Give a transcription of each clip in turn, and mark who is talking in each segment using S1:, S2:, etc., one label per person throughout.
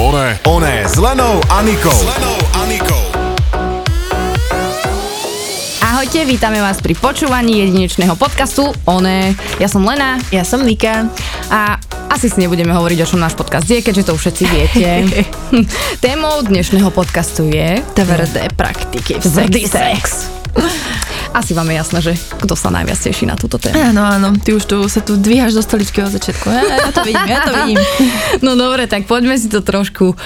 S1: Oné.
S2: Oné s Lenou Anikou.
S1: Lenou Anikou.
S3: Ahojte, vítame vás pri počúvaní jedinečného podcastu Oné. Ja som Lena
S4: Ja som Nika.
S3: a asi si nebudeme hovoriť, o čom náš podcast je, keďže to už všetci viete. Témou dnešného podcastu je
S4: Tvrdé praktiky v
S3: tvrdý
S4: sexe.
S3: sex. Asi vám je jasné, že kto sa najviac teší na túto tému.
S4: Áno, áno, ty už tu sa tu dvíhaš do stoličky od začiatku. Ja, ja to vidím, ja to vidím.
S3: No dobre, tak poďme si to trošku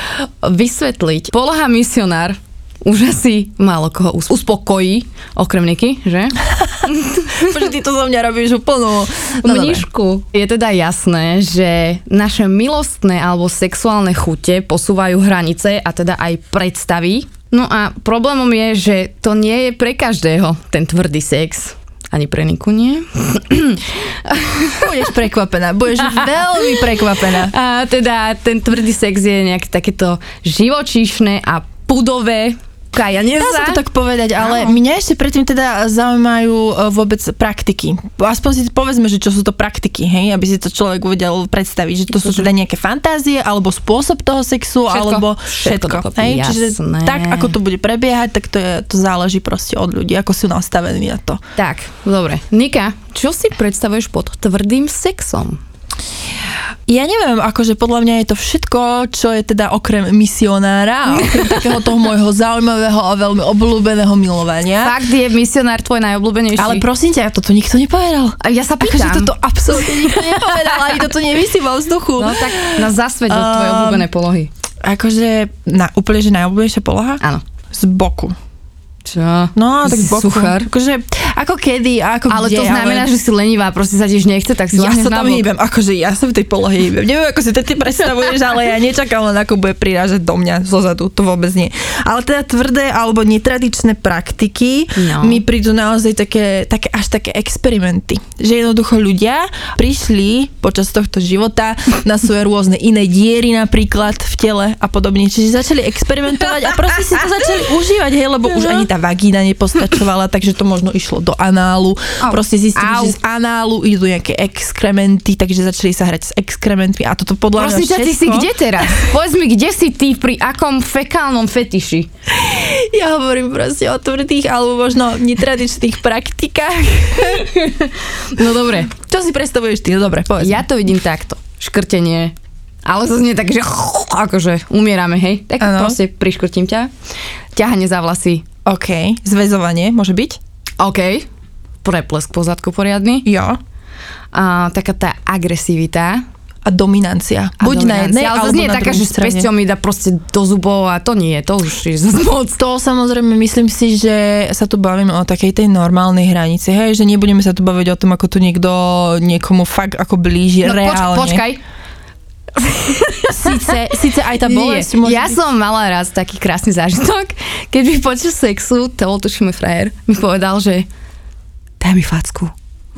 S3: vysvetliť. Poloha misionár už asi málo koho us- uspokojí, okrem Niky, že?
S4: Prečo ty to zo mňa robíš úplnú
S3: No Mníšku. Je teda jasné, že naše milostné alebo sexuálne chute posúvajú hranice a teda aj predstavy. No a problémom je, že to nie je pre každého ten tvrdý sex. Ani pre Niku nie.
S4: Budeš prekvapená, budeš veľmi prekvapená.
S3: A teda ten tvrdý sex je nejaké takéto živočíšne a pudové kajanie
S4: Dá sa
S3: za.
S4: to tak povedať, ale
S3: Áno.
S4: mňa ešte predtým teda zaujímajú e, vôbec praktiky. Aspoň si povedzme, že čo sú to praktiky, hej, aby si to človek vedel predstaviť, že to sú teda nejaké fantázie, alebo spôsob toho sexu,
S3: Mhm. Všetko.
S4: alebo
S3: Všetko
S4: všetko.
S3: dokopy,
S4: hej, čiže
S3: jasné.
S4: tak, ako to bude prebiehať, tak to, je, to záleží proste od ľudí, ako sú nastavení na to.
S3: Tak, dobre. Nika, čo si predstavuješ pod tvrdým sexom?
S4: Ja neviem, akože podľa mňa je to všetko, čo je teda okrem misionára a okrem takého toho môjho zaujímavého a veľmi obľúbeného milovania.
S3: Fakt je misionár tvoj najobľúbenejší.
S4: Ale prosím ťa, toto nikto nepovedal.
S3: A ja sa pýtam.
S4: Akože toto absolútne nikto nepovedal, ani toto nevisí vo vzduchu.
S3: No tak nás zasvedol um, tvoje
S4: Ehm,
S3: obľúbené polohy.
S4: Akože na, úplne, že najobľúbenejšia poloha?
S3: Áno.
S4: Z boku.
S3: Čo?
S4: No, tak
S3: si
S4: z boku.
S3: suchár.
S4: Akože, ako kedy a ako
S3: Ale
S4: kde,
S3: to znamená, že si lenivá, proste sa tiež nechce, tak si vlastne
S4: Ja
S3: lahneš
S4: sa
S3: na
S4: tam
S3: bok.
S4: hýbem, akože ja sa v tej polohe hýbem. Neviem, ako si to ty predstavuješ, ale ja nečakám len, ako bude prirážať do mňa zozadu, to vôbec nie. Ale teda tvrdé alebo netradičné praktiky
S3: No.
S4: no. mi prídu naozaj také, také, až také experimenty. Že jednoducho ľudia prišli počas tohto života na svoje rôzne iné diery napríklad v tele a podobne. Čiže začali experimentovať a proste si to začali užívať, hej, lebo
S3: No.
S4: už ani tá vagína nepostačovala, takže to možno išlo do análu.
S3: Au.
S4: Proste zistili,
S3: Au.
S4: že z análu idú nejaké exkrementy, takže začali sa hrať s exkrementmi a toto podľa
S3: Prosím ťa,
S4: mňa
S3: Vlastne, ty
S4: všetko...
S3: si kde teraz? Povedz mi, kde si ty, pri akom fekálnom fetiši?
S4: Ja hovorím proste o tvrdých alebo možno netradičných praktikách.
S3: No dobre,
S4: Čo si predstavuješ ty? No Dobre, povedz.
S3: ja to vidím takto. Škrtenie. Ale zase nie tak, že akože umierame, hej? Tak
S4: Áno.
S3: proste priškrtím ťa. Ťahanie za vlasy.
S4: OK. Zväzovanie, môže byť?
S3: OK. Preplesk po zadku poriadny.
S4: Jo.
S3: A, taká tá agresivita.
S4: A dominancia.
S3: A
S4: Buď
S3: dominancia,
S4: na jednej,
S3: ale
S4: alebo
S3: zase nie je
S4: na
S3: taká,
S4: druhej
S3: že s
S4: strane.
S3: pesťom mi dá proste do zubov a to nie, to už je zase moc.
S4: To samozrejme myslím si, že sa tu bavíme o takej tej normálnej hranici, hej, že nebudeme sa tu baviť o tom, ako tu niekto niekomu fakt ako blíži
S3: No, poč-
S4: reálne.
S3: počkaj,
S4: Síce, síce aj tá
S3: nie.
S4: bolesť môže
S3: Ja
S4: byť...
S3: som mala raz taký krásny zážitok, keď mi počas sexu, to bol tuším môj frajer, mi povedal, že daj mi facku.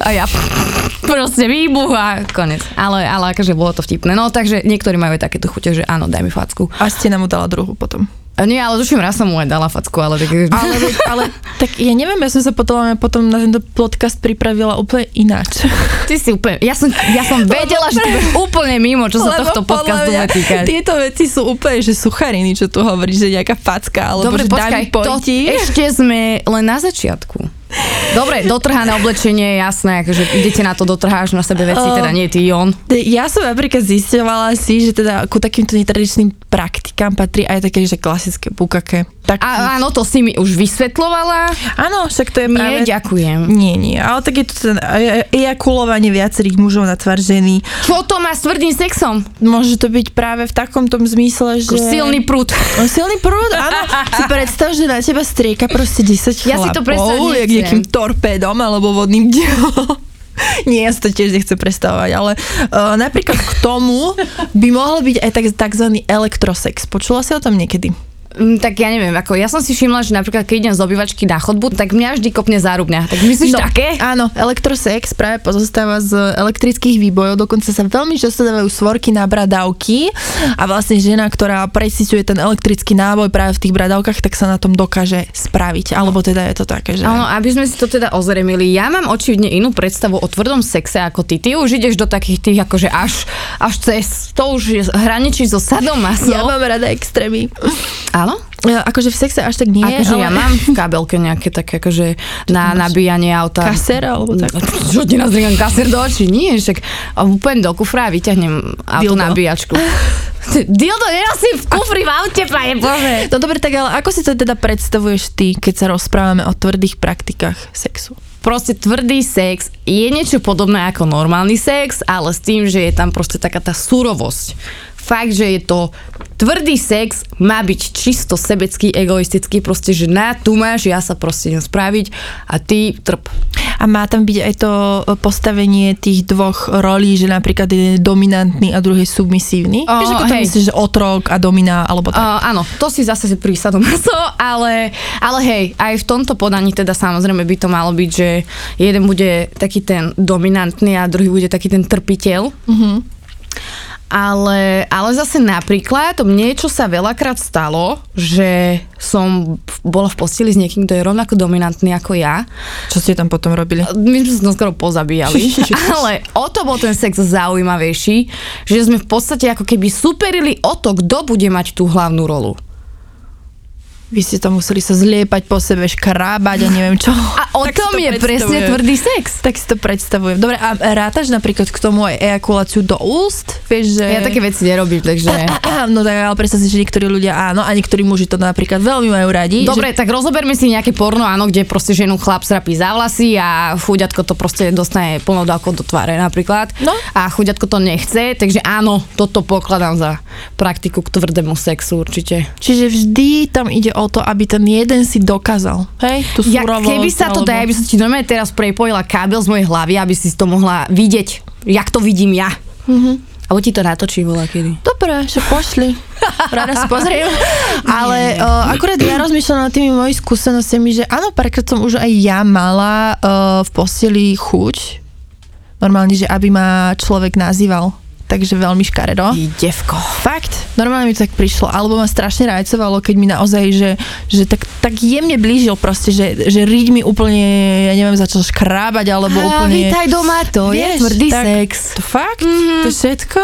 S3: A ja proste výbuch a konec. Ale, ale akože bolo to vtipné. No takže niektorí majú aj takéto chute, že áno, daj mi facku.
S4: A ste nám udala druhú potom.
S3: A nie, ale tuším, raz som mu aj dala facku, ale tak...
S4: Ale, veď- ale tak ja neviem, ja som sa potom, potom na tento podcast pripravila úplne ináč.
S3: Ty si úplne... Ja som, ja som vedela, že ty budeš úplne mimo, čo sa
S4: Lebo
S3: tohto
S4: podľa
S3: podcastu
S4: mňa
S3: netýka.
S4: Tieto veci sú úplne, že suchariny, čo tu hovoríš, že nejaká facka, alebo
S3: Dobre,
S4: že
S3: počkaj,
S4: daj mi pojti.
S3: to ešte sme len na začiatku. Dobre, dotrhané oblečenie je jasné, akože idete na to, dotrháš na sebe veci,
S4: Oh.
S3: teda nie ty, on.
S4: Ja som napríklad zistovala si, že teda ku takýmto netradičným praktikám patrí aj také, že klasické bukake. Tak,
S3: A, áno, to si mi už vysvetlovala.
S4: áno, však to je práve...
S3: hm. Nie, ďakujem.
S4: nie, nie, ale tak je to ten e- e- ejakulovanie viacerých mužov na tvár ženy.
S3: Čo to má s tvrdým sexom?
S4: Môže to byť práve v takomto zmysle, že...
S3: Silný prúd.
S4: On silný prúd, áno. Si predstav, že na teba strieka proste 10
S3: Ja si to
S4: chlapov,
S3: predstaviť
S4: jak
S3: nechcem.
S4: nejakým torpédom alebo vodným dielom. Nie, ja si to tiež nechcem predstavovať, ale uh, napríklad k tomu by mohol byť aj tak, takzvaný elektrosex. Počula si o tom niekedy?
S3: Mm, Tak ja neviem, ako ja som si všimla, že napríklad keď idem z obývačky na chodbu, tak mňa vždy kopne zárubňa. Tak myslíš také?
S4: No, Áno, elektrosex práve pozostáva z elektrických výbojov, dokonca sa veľmi často dávajú svorky na bradavky a vlastne žena, ktorá presiťuje ten elektrický náboj práve v tých bradavkách, tak sa na tom dokáže spraviť. Alebo teda je to také, že...
S3: Áno, aby sme si to teda ozremili, ja mám očividne inú predstavu o tvrdom sexe ako ty. Ty už ideš do takých tých, akože až, až cez, to už je hraničí so sadomasou.
S4: Ja mám rada extrémy.
S3: Áno?
S4: E, Akože v sexe až tak nie,
S3: Akože
S4: ale...
S3: ja mám v kabelke nejaké také, akože na nabíjanie auta. No,
S4: Kaser alebo tak.
S3: Čo ti nazriem kaser do očí? Nie, však úplne do kufra a vyťahnem auto
S4: Dildo.
S3: nabíjačku. Ty, Dildo nerasím v kufri v aute, pane Bože.
S4: No dobre, tak ale ako si to teda predstavuješ ty, keď sa rozprávame o tvrdých praktikách sexu?
S3: proste tvrdý sex je niečo podobné ako normálny sex, ale s tým, že je tam proste taká tá surovosť. Fakt, že je to tvrdý sex, má byť čisto sebecký, egoistický, proste, že na, tu máš, ja sa proste idem spraviť a ty trp.
S4: A má tam byť aj to e, postavenie tých dvoch rolí, že napríklad jeden je dominantný a druhý je submisívny?
S3: O,
S4: Vieš, ako to
S3: hej.
S4: myslíš, že otrok a domina, alebo tak?
S3: Uh, áno, to si zase prísadu maso, ale, ale hej, aj v tomto podaní teda samozrejme by to malo byť, že jeden bude taký ten dominantný a druhý bude taký ten trpiteľ. Mm-hmm. Ale, ale zase napríklad, mne čo sa veľakrát stalo, že som v- bola v posteli s niekým, kto je rovnako dominantný ako ja.
S4: Čo ste tam potom robili?
S3: My sme sa tam skoro pozabíjali. ale o to bol ten sex zaujímavejší, že sme v podstate ako keby superili o to, kto bude mať tú hlavnú rolu.
S4: Vy ste tam museli sa zliepať po sebe, škrábať a neviem čo.
S3: A o
S4: Tak si
S3: tom
S4: to
S3: je presne
S4: predstavujem.
S3: tvrdý sex.
S4: Tak si to predstavujem. Dobre, a rátaš napríklad k tomu aj ejakuláciu do úst? Vieš, že...
S3: Ja také veci nerobím, takže...
S4: No tak ale predstav si, že niektorí ľudia áno a niektorí muži to napríklad veľmi majú radi.
S3: Dobre, tak rozoberme si nejaké porno, áno, kde proste ženu chlap srapí za vlasy a chuďatko to proste dostane plnou dávkou do tváre napríklad.
S4: No.
S3: A chuďatko to nechce, takže áno, toto pokladám za praktiku k tvrdému sexu určite.
S4: Že, čiže vždy tam ide o to, aby ten jeden si dokázal. Hej, tú
S3: Ja,
S4: surovosť,
S3: keby sa to dá, ja by som ti normálne teraz prepojila kábel z mojej hlavy, aby si to mohla vidieť, jak to vidím ja. Mm-hmm. Alebo ti to natočí vola kedy.
S4: Dobre, že pošli. Rada si pozriem. Ale uh, akurát ja rozmýšľam nad tými mojimi skúsenostiami, že áno, párkrát som už aj ja mala uh, v posteli chuť. Normálne, že aby ma človek nazýval. Takže veľmi škaredo.
S3: Ty devko.
S4: Fakt, normálne mi to tak prišlo. Alebo ma strašne rajcovalo, keď mi naozaj, že, že tak, tak jemne blížil proste, že, že riť mi úplne, ja neviem, začal škrábať, alebo
S3: Á,
S4: úplne...
S3: vítaj doma, to je tvrdý sex.
S4: To fakt? Mm-hmm. To všetko?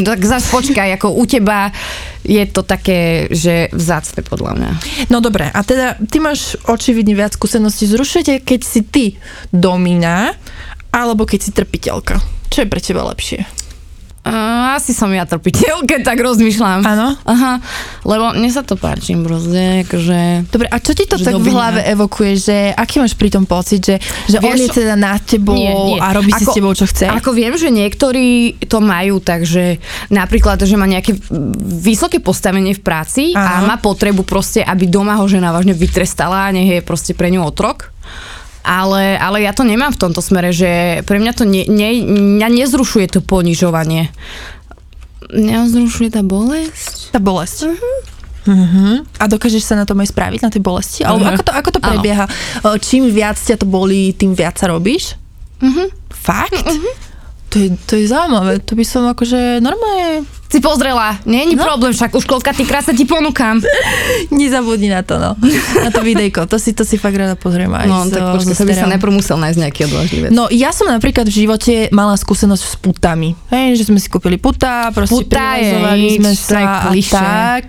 S3: Mm, Tak zase počkaj, ako u teba je to také, že vzácne podľa mňa.
S4: No dobre, a teda ty máš očividne viac skúseností s rušite, keď si ty domina, alebo keď si trpiteľka. Čo je pre teba lepšie?
S3: Uh, asi som ja trpiteľ, keď tak rozmýšľam.
S4: Áno.
S3: Aha, lebo mne sa to páči proste, akože že...
S4: Dobre, a čo ti to
S3: Že
S4: tak v
S3: domina.
S4: hlave evokuje, že aký máš pri tom pocit, že, že
S3: Vieš
S4: on je
S3: čo?
S4: teda nad tebou a robí si s tebou, čo chce?
S3: Ako viem, že niektorí to majú, takže napríklad, že má nejaké vysoké postavenie v práci a
S4: Áno.
S3: má potrebu proste, aby doma ho žena vážne vytrestala a nech je proste pre ňu otrok. Ale, ale ja to nemám v tomto smere, že pre mňa to ne, ne, mňa nezrušuje to ponižovanie. Mňa zrušuje tá bolesť.
S4: Tá bolesť.
S3: Mhm.
S4: Uh-huh. Uh-huh. A dokážeš sa na tom aj spraviť, na tej bolesti?
S3: Mhm.
S4: Alebo ako to, ako to
S3: Áno.
S4: prebieha? O, Čím viac ťa to bolí, tým viac sa robíš?
S3: Mhm.
S4: Fakt? Uh-huh. To je, to je zaujímavé, to by som akože normálne
S3: Si pozrela, není no.
S4: No.
S3: problém, však už koľka ty krásne ti ponúkam.
S4: nezabudni na to, no. Na to videjko, to si, to si fakt rada pozriem aj
S3: No,
S4: so,
S3: tak počkaj,
S4: so
S3: sa by sa
S4: stereom.
S3: najprv musel nájsť nejaký odvážny vec.
S4: No ja som napríklad v živote mala skúsenosť s putami. Hej, že sme si kúpili puta, proste
S3: Puta je
S4: privezovali
S3: nič,
S4: sme
S3: to je
S4: sa a
S3: klišé.
S4: tak.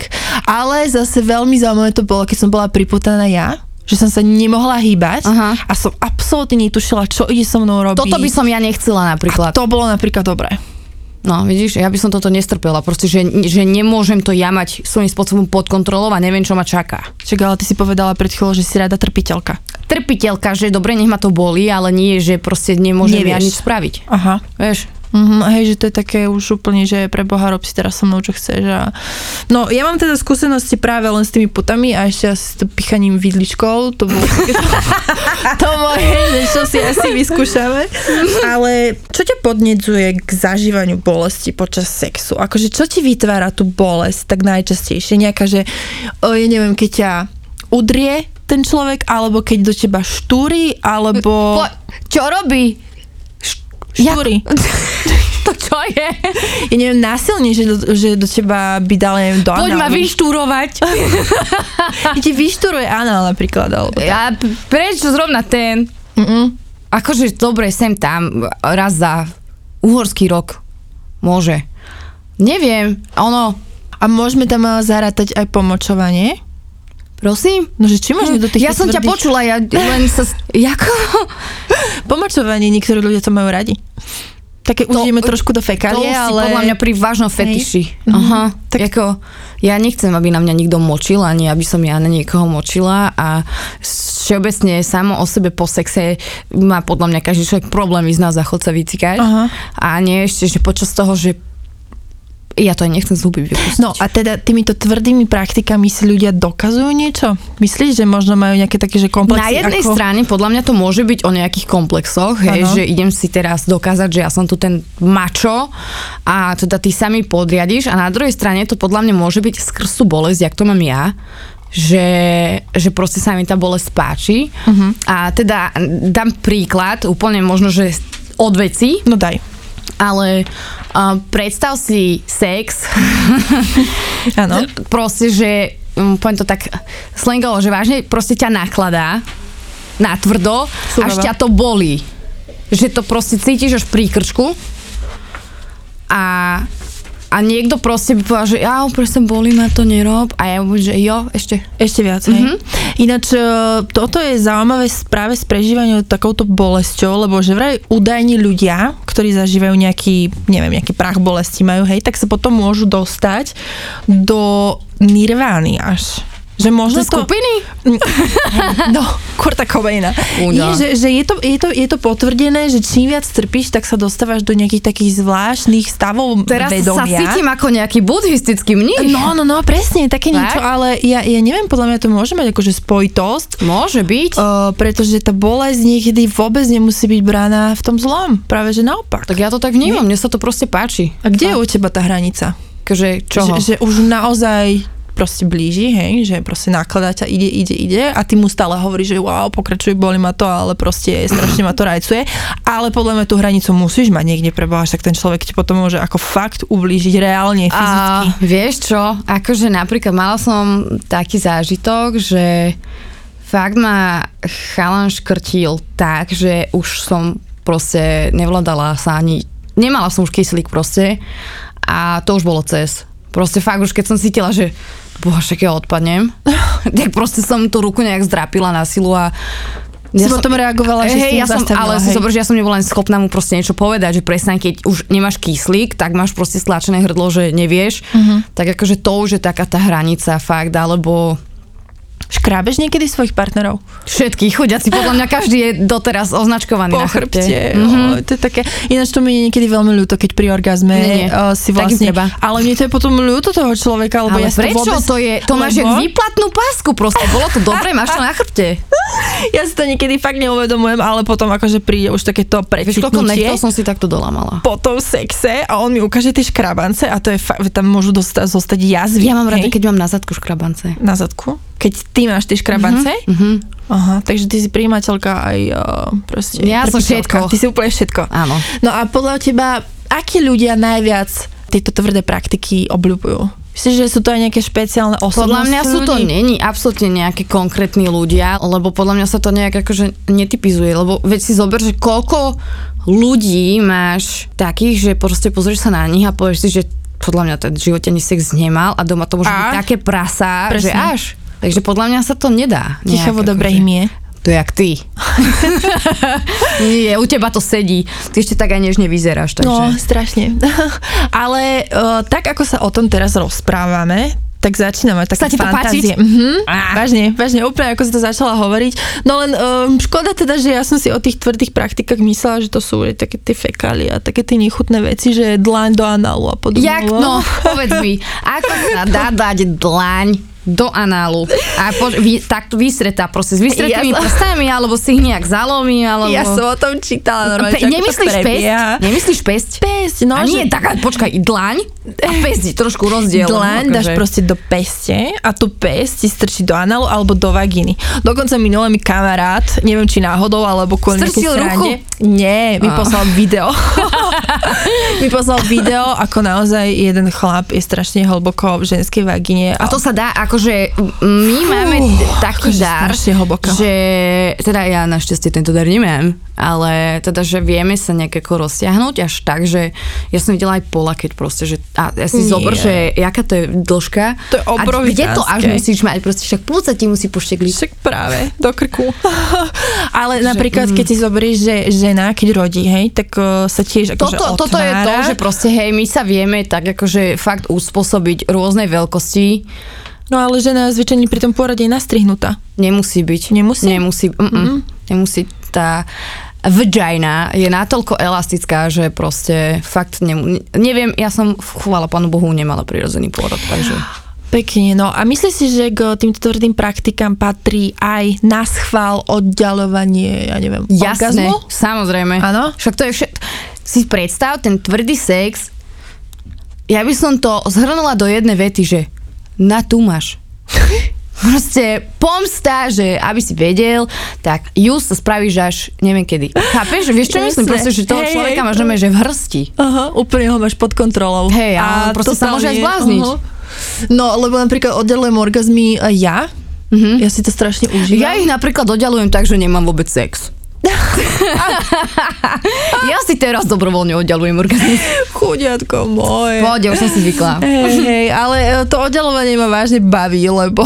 S4: Ale zase veľmi zaujímavé to bolo, keď som bola priputaná ja, že som sa nemohla hýbať
S3: Aha.
S4: a som absolútne netušila, čo ide so mnou robiť.
S3: Toto No, by som ja nechcela napríklad.
S4: To bolo napríklad dobré.
S3: No, vidíš, ja by som toto nestrpela, proste, že, že nemôžem to ja mať svojím spôsobom pod kontrolou a neviem, čo ma čaká.
S4: Čak, ale ty si povedala pred chvíľou, že si rada trpiteľka.
S3: Trpiteľka, že dobre, nech ma to bolí, ale nie, že proste nemôžem ja
S4: Nevieš.
S3: nič spraviť.
S4: Aha.
S3: Vieš?
S4: Mm-hmm, hej, že to je také už úplne, že pre Boha rob si teraz so mnou, čo chceš. A... No, ja mám teda skúsenosti práve len s tými putami a ešte asi s tým pichaním vidličkou. To bolo také- to moje, že čo si asi vyskúšame. Ale čo ťa podnedzuje k zažívaniu bolesti počas sexu? Akože čo ti vytvára tú bolesť tak najčastejšie? Nejaká, že o, ja neviem, keď ťa udrie ten človek, alebo keď do teba štúri, alebo...
S3: Po, čo robí?
S4: Štúri.
S3: To čo je?
S4: ja neviem, násilne, že do, že do teba by dal, neviem, do
S3: Poď
S4: análu.
S3: ma vyštúrovať.
S4: Keď ti vyšturuje anál napríklad, alebo...
S3: Ja, prečo zrovna ten?
S4: Mm-mm.
S3: Akože dobre, sem tam, raz za uhorský rok. Môže. Neviem, ono,
S4: A môžeme tam ale zarátať aj pomočovanie?
S3: prosím?
S4: No, že či môžeme do
S3: Hm.
S4: tých
S3: ja som ťa počula, ja len sa... s- Jako?
S4: Pomočovanie, niektorí ľudia to majú radi. Také
S3: To-
S4: ujdeme trošku do fekálie,
S3: to
S4: ale...
S3: si podľa mňa pri vážnom fetiši. Aha, Mhm. tak ako, ja nechcem, aby na mňa nikto močil, ani aby som ja na niekoho močila a všeobecne samo o sebe po sexe má podľa mňa každý človek problém ísť na záchod sa vycikať.
S4: Aha.
S3: A nie ešte, že počas toho, že ja to aj nechcem z huby vypustiť.
S4: No a teda týmito tvrdými praktikami si ľudia dokazujú niečo? Myslíš, že možno majú nejaké také, že komplexy
S3: Na jednej
S4: ako...
S3: strane podľa mňa to môže byť o nejakých komplexoch, hej,
S4: Áno.
S3: že idem si teraz dokázať, že ja som tu ten mačo a teda ty sa mi podriadiš a na druhej strane to podľa mňa môže byť skrz tú bolesť, jak to mám ja, že, že proste sa mi tá bolesť páči.
S4: Mhm.
S3: Uh-huh. A teda dám príklad, úplne možno, že od veci,
S4: No daj.
S3: ale uh, predstav si sex,
S4: Áno.
S3: proste, že um, poviem to tak slangovo, že vážne proste ťa nakladá na tvrdo,
S4: Súrava.
S3: až ťa to bolí. Že to proste cítiš až pri krčku a, a niekto proste by povedal, že ja proste bolí ma to, nerob a ja mu že jo, ešte.
S4: Ešte viac, hej.
S3: Mhm.
S4: Mm-hmm. Ináč, e, toto je zaujímavé s- práve s prežívaním takouto bolesťou, lebo že vraj údajní ľudia, ktorí zažívajú nejaký, neviem, nejaký prach bolesti majú, hej, tak sa potom môžu dostať do nirvány až. Že možno
S3: Že
S4: to...
S3: skupiny?
S4: No, Kurta Cobaina.
S3: Uňa.
S4: Nie, že, že je, to, je, to, je to potvrdené, že čím viac trpíš, tak sa dostávaš do nejakých takých zvláštnych stavov
S3: Teraz sa
S4: vedomia.
S3: cítim ako nejaký buddhistický mních.
S4: No, no, no, presne, také
S3: Tak?
S4: niečo, ale ja, ja neviem, podľa mňa to môže mať akože spojitosť,
S3: Môže byť.
S4: Uh, pretože tá bolesť niekedy vôbec nemusí byť braná v tom zlom. Práve že naopak.
S3: Tak ja to tak vnímam, mne sa to proste páči.
S4: A kde je u teba tá hranica?
S3: Akože, čoho?
S4: Že, že už naozaj proste blíži, hej, že proste nákladá ťa, ide, ide, ide a ty mu stále hovoríš, že wow, pokračuj, boli ma to, ale proste strašne ma to rajcuje. Ale podľa mňa tú hranicu musíš mať niekde preboha, tak ten človek ti potom môže ako fakt ublížiť reálne, fyzicky.
S3: A vieš čo, akože napríklad mala som taký zážitok, že fakt ma chalan škrtil tak, že už som proste nevládala sa ani, nemala som už kyslík proste a to už bolo cez. Proste fakt už keď som cítila, že boha, však ja odpadnem, tak proste som tú ruku nejak zdrapila na silu a
S4: Si potom reagovala, že si
S3: Eh, hej,
S4: ju
S3: ja som,
S4: zastavila,
S3: ale si
S4: hej.
S3: zober, že ja som nebola len schopná mu proste niečo povedať, že presne keď už nemáš kyslík, tak máš proste stlačené hrdlo, že nevieš, uh-huh. tak akože to už je taká tá hranica fakt, alebo
S4: Škrábeš niekedy svojich partnerov?
S3: všetkých chudiaci, podľa mňa každý je doteraz označkovaný
S4: po
S3: na chrbte. Mhm.
S4: chrbte. Mm-hmm. To je také, ináč to mi je niekedy veľmi ľúto, keď pri orgazme
S3: Nie, nie.
S4: Uh, si
S3: Tak im
S4: vlastne...
S3: treba.
S4: Ale mne to je potom ľúto toho človeka, lebo
S3: Ale
S4: ja si
S3: prečo?
S4: to vôbec...
S3: To, je, to máš jak
S4: lebo
S3: výplatnú pásku proste. Bolo to dobre, máš to na chrbte.
S4: Ja si to niekedy fakt neuvedomujem, ale potom akože príde už takéto
S3: Vieš, koľko nechtov
S4: prečitnutie
S3: som si takto dolamala.
S4: po tom sexe a on mi ukáže tie škrabance a to je fakt, tam môžu dosta, zostať jazvy.
S3: Ja mám rada,
S4: hej?
S3: keď mám na zadku škrabance.
S4: Na zadku? Keď ty máš tie škrabance?
S3: Mhm.
S4: Aha, takže ty si príjimateľka aj uh, proste...
S3: Ja som
S4: trpiteľka.
S3: všetko.
S4: Ty si úplne všetko.
S3: Áno.
S4: No a podľa teba, akí ľudia najviac tieto tvrdé praktiky obľúbujú? Myslíš, že sú to aj nejaké špeciálne osobnosti
S3: Podľa mňa sú to
S4: ľudí?
S3: není absolútne nejakí konkrétni ľudia, lebo podľa mňa sa to nejak akože netypizuje, lebo veď si zober, že koľko ľudí máš takých, že proste pozrieš sa na nich a povieš si, že podľa mňa ten v živote ani sex nemal a doma to môže
S4: A?
S3: byť také prasa,
S4: Presne.
S3: že až. Takže podľa mňa sa to nedá.
S4: Tichá
S3: nejak
S4: voda
S3: akože-
S4: brehmie.
S3: To je jak ty. Nie, u teba to sedí. Ty ešte tak aj nežne vyzeráš, takže...
S4: e, No, strašne. Ale uh, tak, ako sa o tom teraz rozprávame, tak začína mať
S3: Sa ti
S4: také
S3: to
S4: fantázie.
S3: páčiť?
S4: Mhm.
S3: Á.
S4: Vážne, vážne, úplne ako si to začala hovoriť. No len um, škoda teda, že ja som si o tých tvrdých praktikách myslela, že to sú také tie fekálie a také tie nechutné veci, že dlaň do análu a podobne.
S3: Jak, no, povedz mi, ako sa dá dať dlaň do análu. A po, vy, takto vysretá proste, s vysretými
S4: Ja som-
S3: prstami, alebo si ich nejak zalomí, alebo...
S4: Ja som o tom čítala normálne,
S3: Pe-
S4: čo ako to
S3: nemyslíš pesť?
S4: prebieha.
S3: Nemyslíš pesť?
S4: Pesť,
S3: No,
S4: no.
S3: a nie,
S4: že-
S3: taká, počkaj, i dlaň a pesť, je trošku rozdiel. no,
S4: Dlaň dáš
S3: akože.
S4: proste do peste a tú pest ti strčí do analu alebo do vagíny. Dokonca minule mi kamarát, neviem či náhodou, alebo kvôli nejakej
S3: Strčil
S4: srande.
S3: ruku?
S4: Nie, mi
S3: A.
S4: poslal video. mi poslal video, ako naozaj jeden chlap je strašne hlboko v ženskej vagíne.
S3: A to sa dá, akože my máme t- taký
S4: akože
S3: dar,
S4: strašne hlboko.
S3: že teda ja našťastie tento dar nemám, ale teda, že vieme sa nejak ako rozťahnuť až tak, že ja som videla aj pola, keď proste, že a ja si
S4: Nie.
S3: zober, že jaká to je dĺžka.
S4: To je
S3: A kde to až
S4: obrovitánske.
S3: musíš mať, proste však plúca ti musí poštekliť.
S4: Však práve, do krku. Ale napríklad,
S3: mm.
S4: keď si zoberieš, že žena, keď rodí, hej, tak uh, sa tiež akože
S3: Toto, toto je to,
S4: otvára.
S3: že proste, hej, my sa vieme tak akože fakt uspôsobiť rôznej veľkosti.
S4: No ale žena zvyčajne pri tom pôrode je nastrihnutá.
S3: Nemusí byť.
S4: Nemusí?
S3: Nemusí. Mm-mm. Nemusí tá vagina je natoľko elastická, že proste fakt nemu, neviem, ja som chvala Pánu Bohu nemala prirodzený pôrod, takže
S4: Pekne, no a myslíš si, že k týmto tvrdým praktikám patrí aj naschvál, oddaľovanie, ja neviem,
S3: jasné,
S4: orgazmu?
S3: samozrejme.
S4: Áno.
S3: Však to je všetko. Si predstav ten tvrdý sex, ja by som to zhrnula do jednej vety, že na tu máš. Proste pomsta, že aby si vedel, tak ju sa spravíš až neviem kedy. Chápeš? Vieš čo
S4: Jasné.
S3: myslím? Proste, že toho
S4: Hej, hej,
S3: človeka
S4: to-
S3: máš normálne, že v hrsti.
S4: Aha, úplne ho máš pod kontrolou.
S3: Hej, a on proste sa
S4: totálne-
S3: môže aj zblázniť.
S4: aha. No, lebo napríklad oddelujem orgazmy aj ja. Ja si to strašne užívam.
S3: Mhm. Ja ich napríklad oddelujem tak, že nemám vôbec sex. ja si teraz dobrovoľne oddelujem orgazmus.
S4: Chudiatko moje.
S3: Pohode, už som si zvykla.
S4: Hej, hej, ale e, to oddelovanie ma vážne baví, lebo,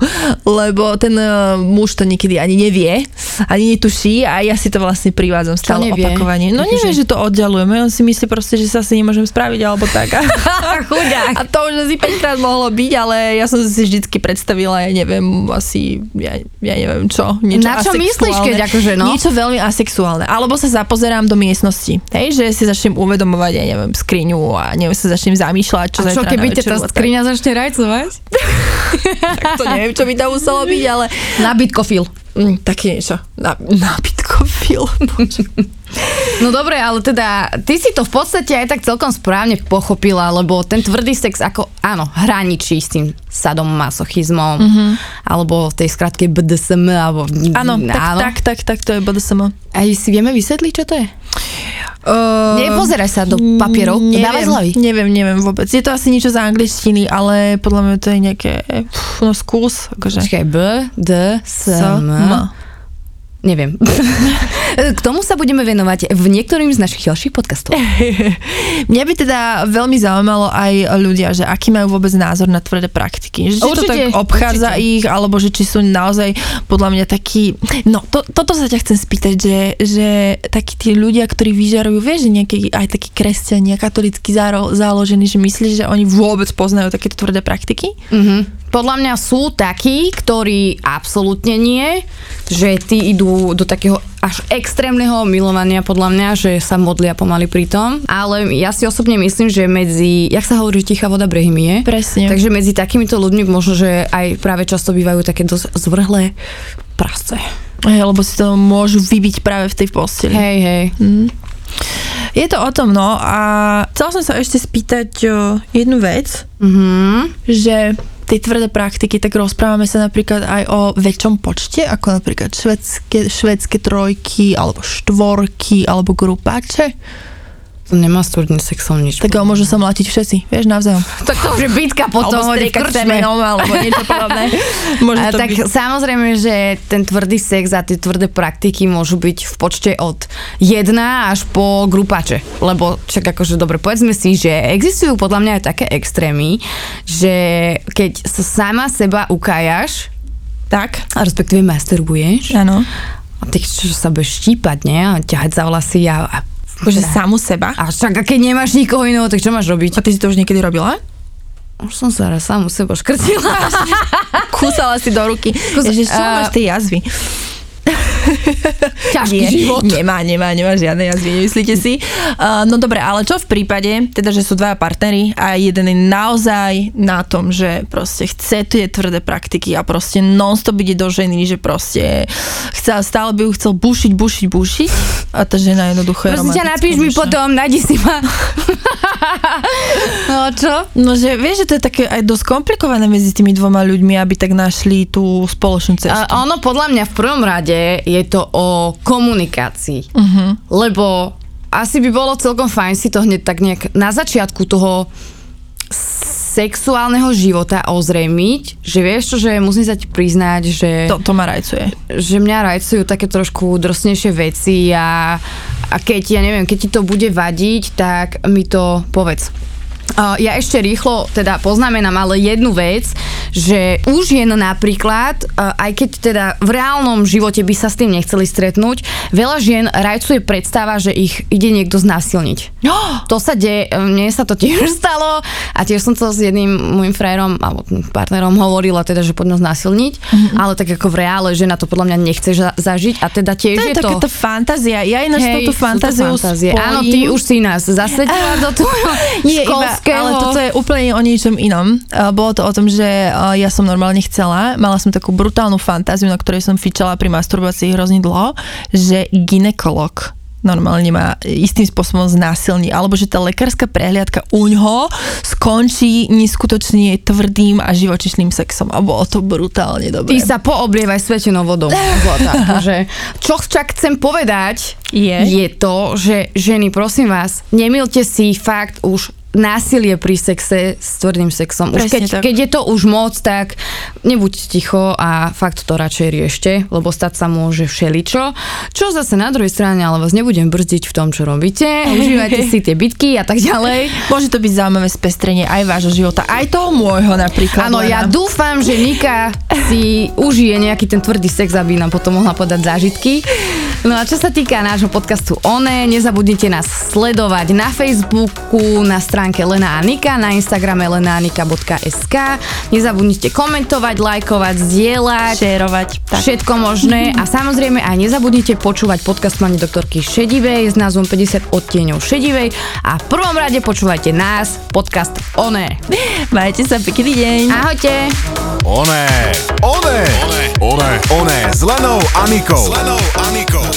S4: lebo ten e, muž to niekedy ani nevie, ani netuší a ja si to vlastne privádzam stále
S3: nevie?
S4: opakovanie. No
S3: Akože-
S4: nevie, že to oddelujeme, on si myslí proste, že sa asi nemôžem spraviť alebo tak. A,
S3: Chudák.
S4: a to už asi 5 krát mohlo byť, ale ja som si vždycky predstavila, ja neviem, asi, ja, ja neviem čo, niečo
S3: Na čo
S4: asexuálne.
S3: myslíš, keď akože, no?
S4: Niečo veľmi asexuálne. Alebo sa zapozerám do miestnosti, hej, že si začnem uvedomovať, ja neviem, skriňu a neviem, sa začnem zamýšľať, čo
S3: A čo
S4: zajtra na
S3: keby ťa tá
S4: večeru a tak.
S3: skriňa začne rajcovať?
S4: Tak to neviem, čo by tam muselo byť, ale
S3: Nabít kofil.
S4: mm, také niečo. Na, nábytko film.
S3: No dobre, ale teda ty si to v podstate aj tak celkom správne pochopila, lebo ten tvrdý sex ako, áno, hraničí s tým sadomasochizmom, mm-hmm. alebo v tej skratke BDSM, alebo...
S4: Áno,
S3: Mm,
S4: tak, tak, tak, tak, to je BDSM.
S3: A si vieme vysvetliť, čo to je?
S4: Uh,
S3: Nepozeraj sa do papierov, to dáva zloj.
S4: mm, Neviem, neviem vôbec. Je to asi niečo z angličtiny, ale podľa mňa to je nejaké, pff, no skús, akože.
S3: Počkaj, B, D, S, M. Neviem. K tomu sa budeme venovať v niektorým z našich ďalších podcastov.
S4: Mňa by teda veľmi zaujímalo aj ľudia, že aký majú vôbec názor na tvrdé praktiky. Že či to
S3: Určite,
S4: tak obchádza
S3: určite.
S4: ich, alebo že či sú naozaj podľa mňa takí... No, to, toto sa ťa chcem spýtať, že, že takí tí ľudia, ktorí vyžarujú, vieš, že nejakí aj takí kresťania, katolícky záro, záložení, že myslíš, že oni vôbec poznajú takéto tvrdé praktiky?
S3: Mhm. Podľa mňa sú takí, ktorí absolútne nie, že tí idú do takého až extrémneho milovania podľa mňa, že sa modlia pomaly pri tom. Ale ja si osobne myslím, že medzi, jak sa hovorí, že tichá voda brehmi je.
S4: Presne.
S3: Takže medzi takýmito ľuďmi možno, že aj práve často bývajú také dosť zvrhlé prasce.
S4: Hej, lebo si to môžu vybiť práve v tej posteli.
S3: Hej, hej.
S4: Je to o tom, no a chcela som sa ešte spýtať o, jednu vec,
S3: Mhm.
S4: že tie tvrdé praktiky, tak rozprávame sa napríklad aj o väčšom počte, ako napríklad švedské, švedské trojky, alebo štvorky, alebo grupáče.
S3: To nemá s tvrdým sexom nič.
S4: Tak ale môžu sa mlátiť všetci, vieš, navzájom.
S3: Tak to už je bitka potom hodí v krčme.
S4: alebo niečo podobné. Môže
S3: A,
S4: to
S3: tak
S4: byť.
S3: samozrejme, že ten tvrdý sex a tie tvrdé praktiky môžu byť v počte od 1 až po grupače. Lebo však akože dobre, povedzme si, že existujú podľa mňa aj také extrémy, že keď sa sama seba ukájaš,
S4: Tak,
S3: a respektíve masturbuješ,
S4: áno.
S3: a tak čo sa budeš štípať, nie? A ťahať za vlasy a... a
S4: Akože samú seba.
S3: a však a keď nemáš nikoho iného, tak čo máš robiť?
S4: A ty si to už niekedy robila?
S3: Už som sa raz samu seba škrtila.
S4: Kúsala si do ruky.
S3: Kus-
S4: Ježiš, čo
S3: a-
S4: máš tie jazvy?
S3: Ťažký život.
S4: Nemá, nemá, nemá žiadne jazvy, nemyslíte si. Uh, no dobre, ale čo v prípade, teda, že sú dva partnery a jeden je naozaj na tom, že proste chce tie tvrdé praktiky a proste non-stop ide do ženy, že proste chcel, stále by ju chcel bušiť, bušiť, bušiť a tá žena jednoducho je
S3: Prosím ťa,
S4: romanticko
S3: napíš mi
S4: dušná.
S3: potom, nájdi si ma. no čo?
S4: No, že vieš, že to je také aj dosť komplikované medzi tými dvoma ľuďmi, aby tak našli tú spoločnú cestu.
S3: A ono podľa mňa v prvom rade je to o komunikácii. Uh-huh. Lebo asi by bolo celkom fajn si to hneď tak nejak na začiatku toho sexuálneho života ozrejmiť, že vieš čo, že musím sa ti priznať, že
S4: to, to ma rajcuje.
S3: že mňa rajcujú také trošku drsnejšie veci a, a keď, ja neviem, keď ti to bude vadiť, tak mi to povedz. Uh, Ja ešte rýchlo teda poznamenám ale jednu vec, že už žien napríklad, uh, aj keď teda v reálnom živote by sa s tým nechceli stretnúť, veľa žien rajcuje predstava, že ich ide niekto znásilniť. To sa deje, mne sa to tiež stalo a tiež som to s jedným môjim frajerom alebo partnerom hovorila teda, že poďme ho znásilniť,
S4: Mhm.
S3: mm-hmm. ale tak ako v reále, že na to podľa mňa nechce ža- zažiť a teda tiež
S4: To je
S3: je to...
S4: takáto fantázia. Ja ináč
S3: Hej,
S4: túto
S3: sú to
S4: fantáziu
S3: fantázie.
S4: spojím.
S3: Áno, ty už si nás zasetila do toho
S4: Nie, iba,
S3: školského.
S4: ale toto je úplne o niečom inom. Uh, Bolo to o tom, že uh, ja som normálne chcela, mala som takú brutálnu fantáziu, na ktorej som fičala pri masturbácii hrozne dlho, že ginekolog normálne ma istým spôsobom znásilní, alebo že tá lekárska prehliadka u ňoho skončí neskutočne tvrdým a živočišným sexom. A bolo to brutálne
S3: Ty
S4: dobré.
S3: sa pooblievaj svetenou vodou. Zlatá, akože, čo však chcem povedať,
S4: Je?
S3: je to, že ženy, prosím vás, nemilte si fakt už násilie pri sexe s tvrdým sexom. Už
S4: Presne
S3: keď,
S4: tak.
S3: keď je to už moc, tak nebuďte ticho a fakt to radšej riešte, lebo stať sa môže všeličo. Čo zase na druhej strane, ale vás nebudem brzdiť v tom, čo robíte. Užívajte si tie bitky a tak ďalej.
S4: Môže to byť zaujímavé spestrenie aj vášho života, aj toho môjho napríklad.
S3: Áno, ja
S4: Lena.
S3: dúfam, že Nika si užije nejaký ten tvrdý sex, aby nám potom mohla podať zážitky. No a čo sa týka nášho podcastu ONE, nezabudnite nás sledovať na Facebooku, na stránke Lena a Nika, na Instagrame lenaanika.sk. Nezabudnite komentovať, lajkovať, zdieľať.
S4: šerovať. Tak.
S3: Všetko možné a samozrejme aj nezabudnite počúvať podcast pani doktorky Šedivej s názvom 50 odtieňov Šedivej a v prvom rade počúvajte nás, podcast ONE.
S4: Majte sa pekný deň.
S3: Ahojte!
S2: Oné. Oné. Oné. Oné. Oné. S Lenou Anikou. S Lenou Anikou.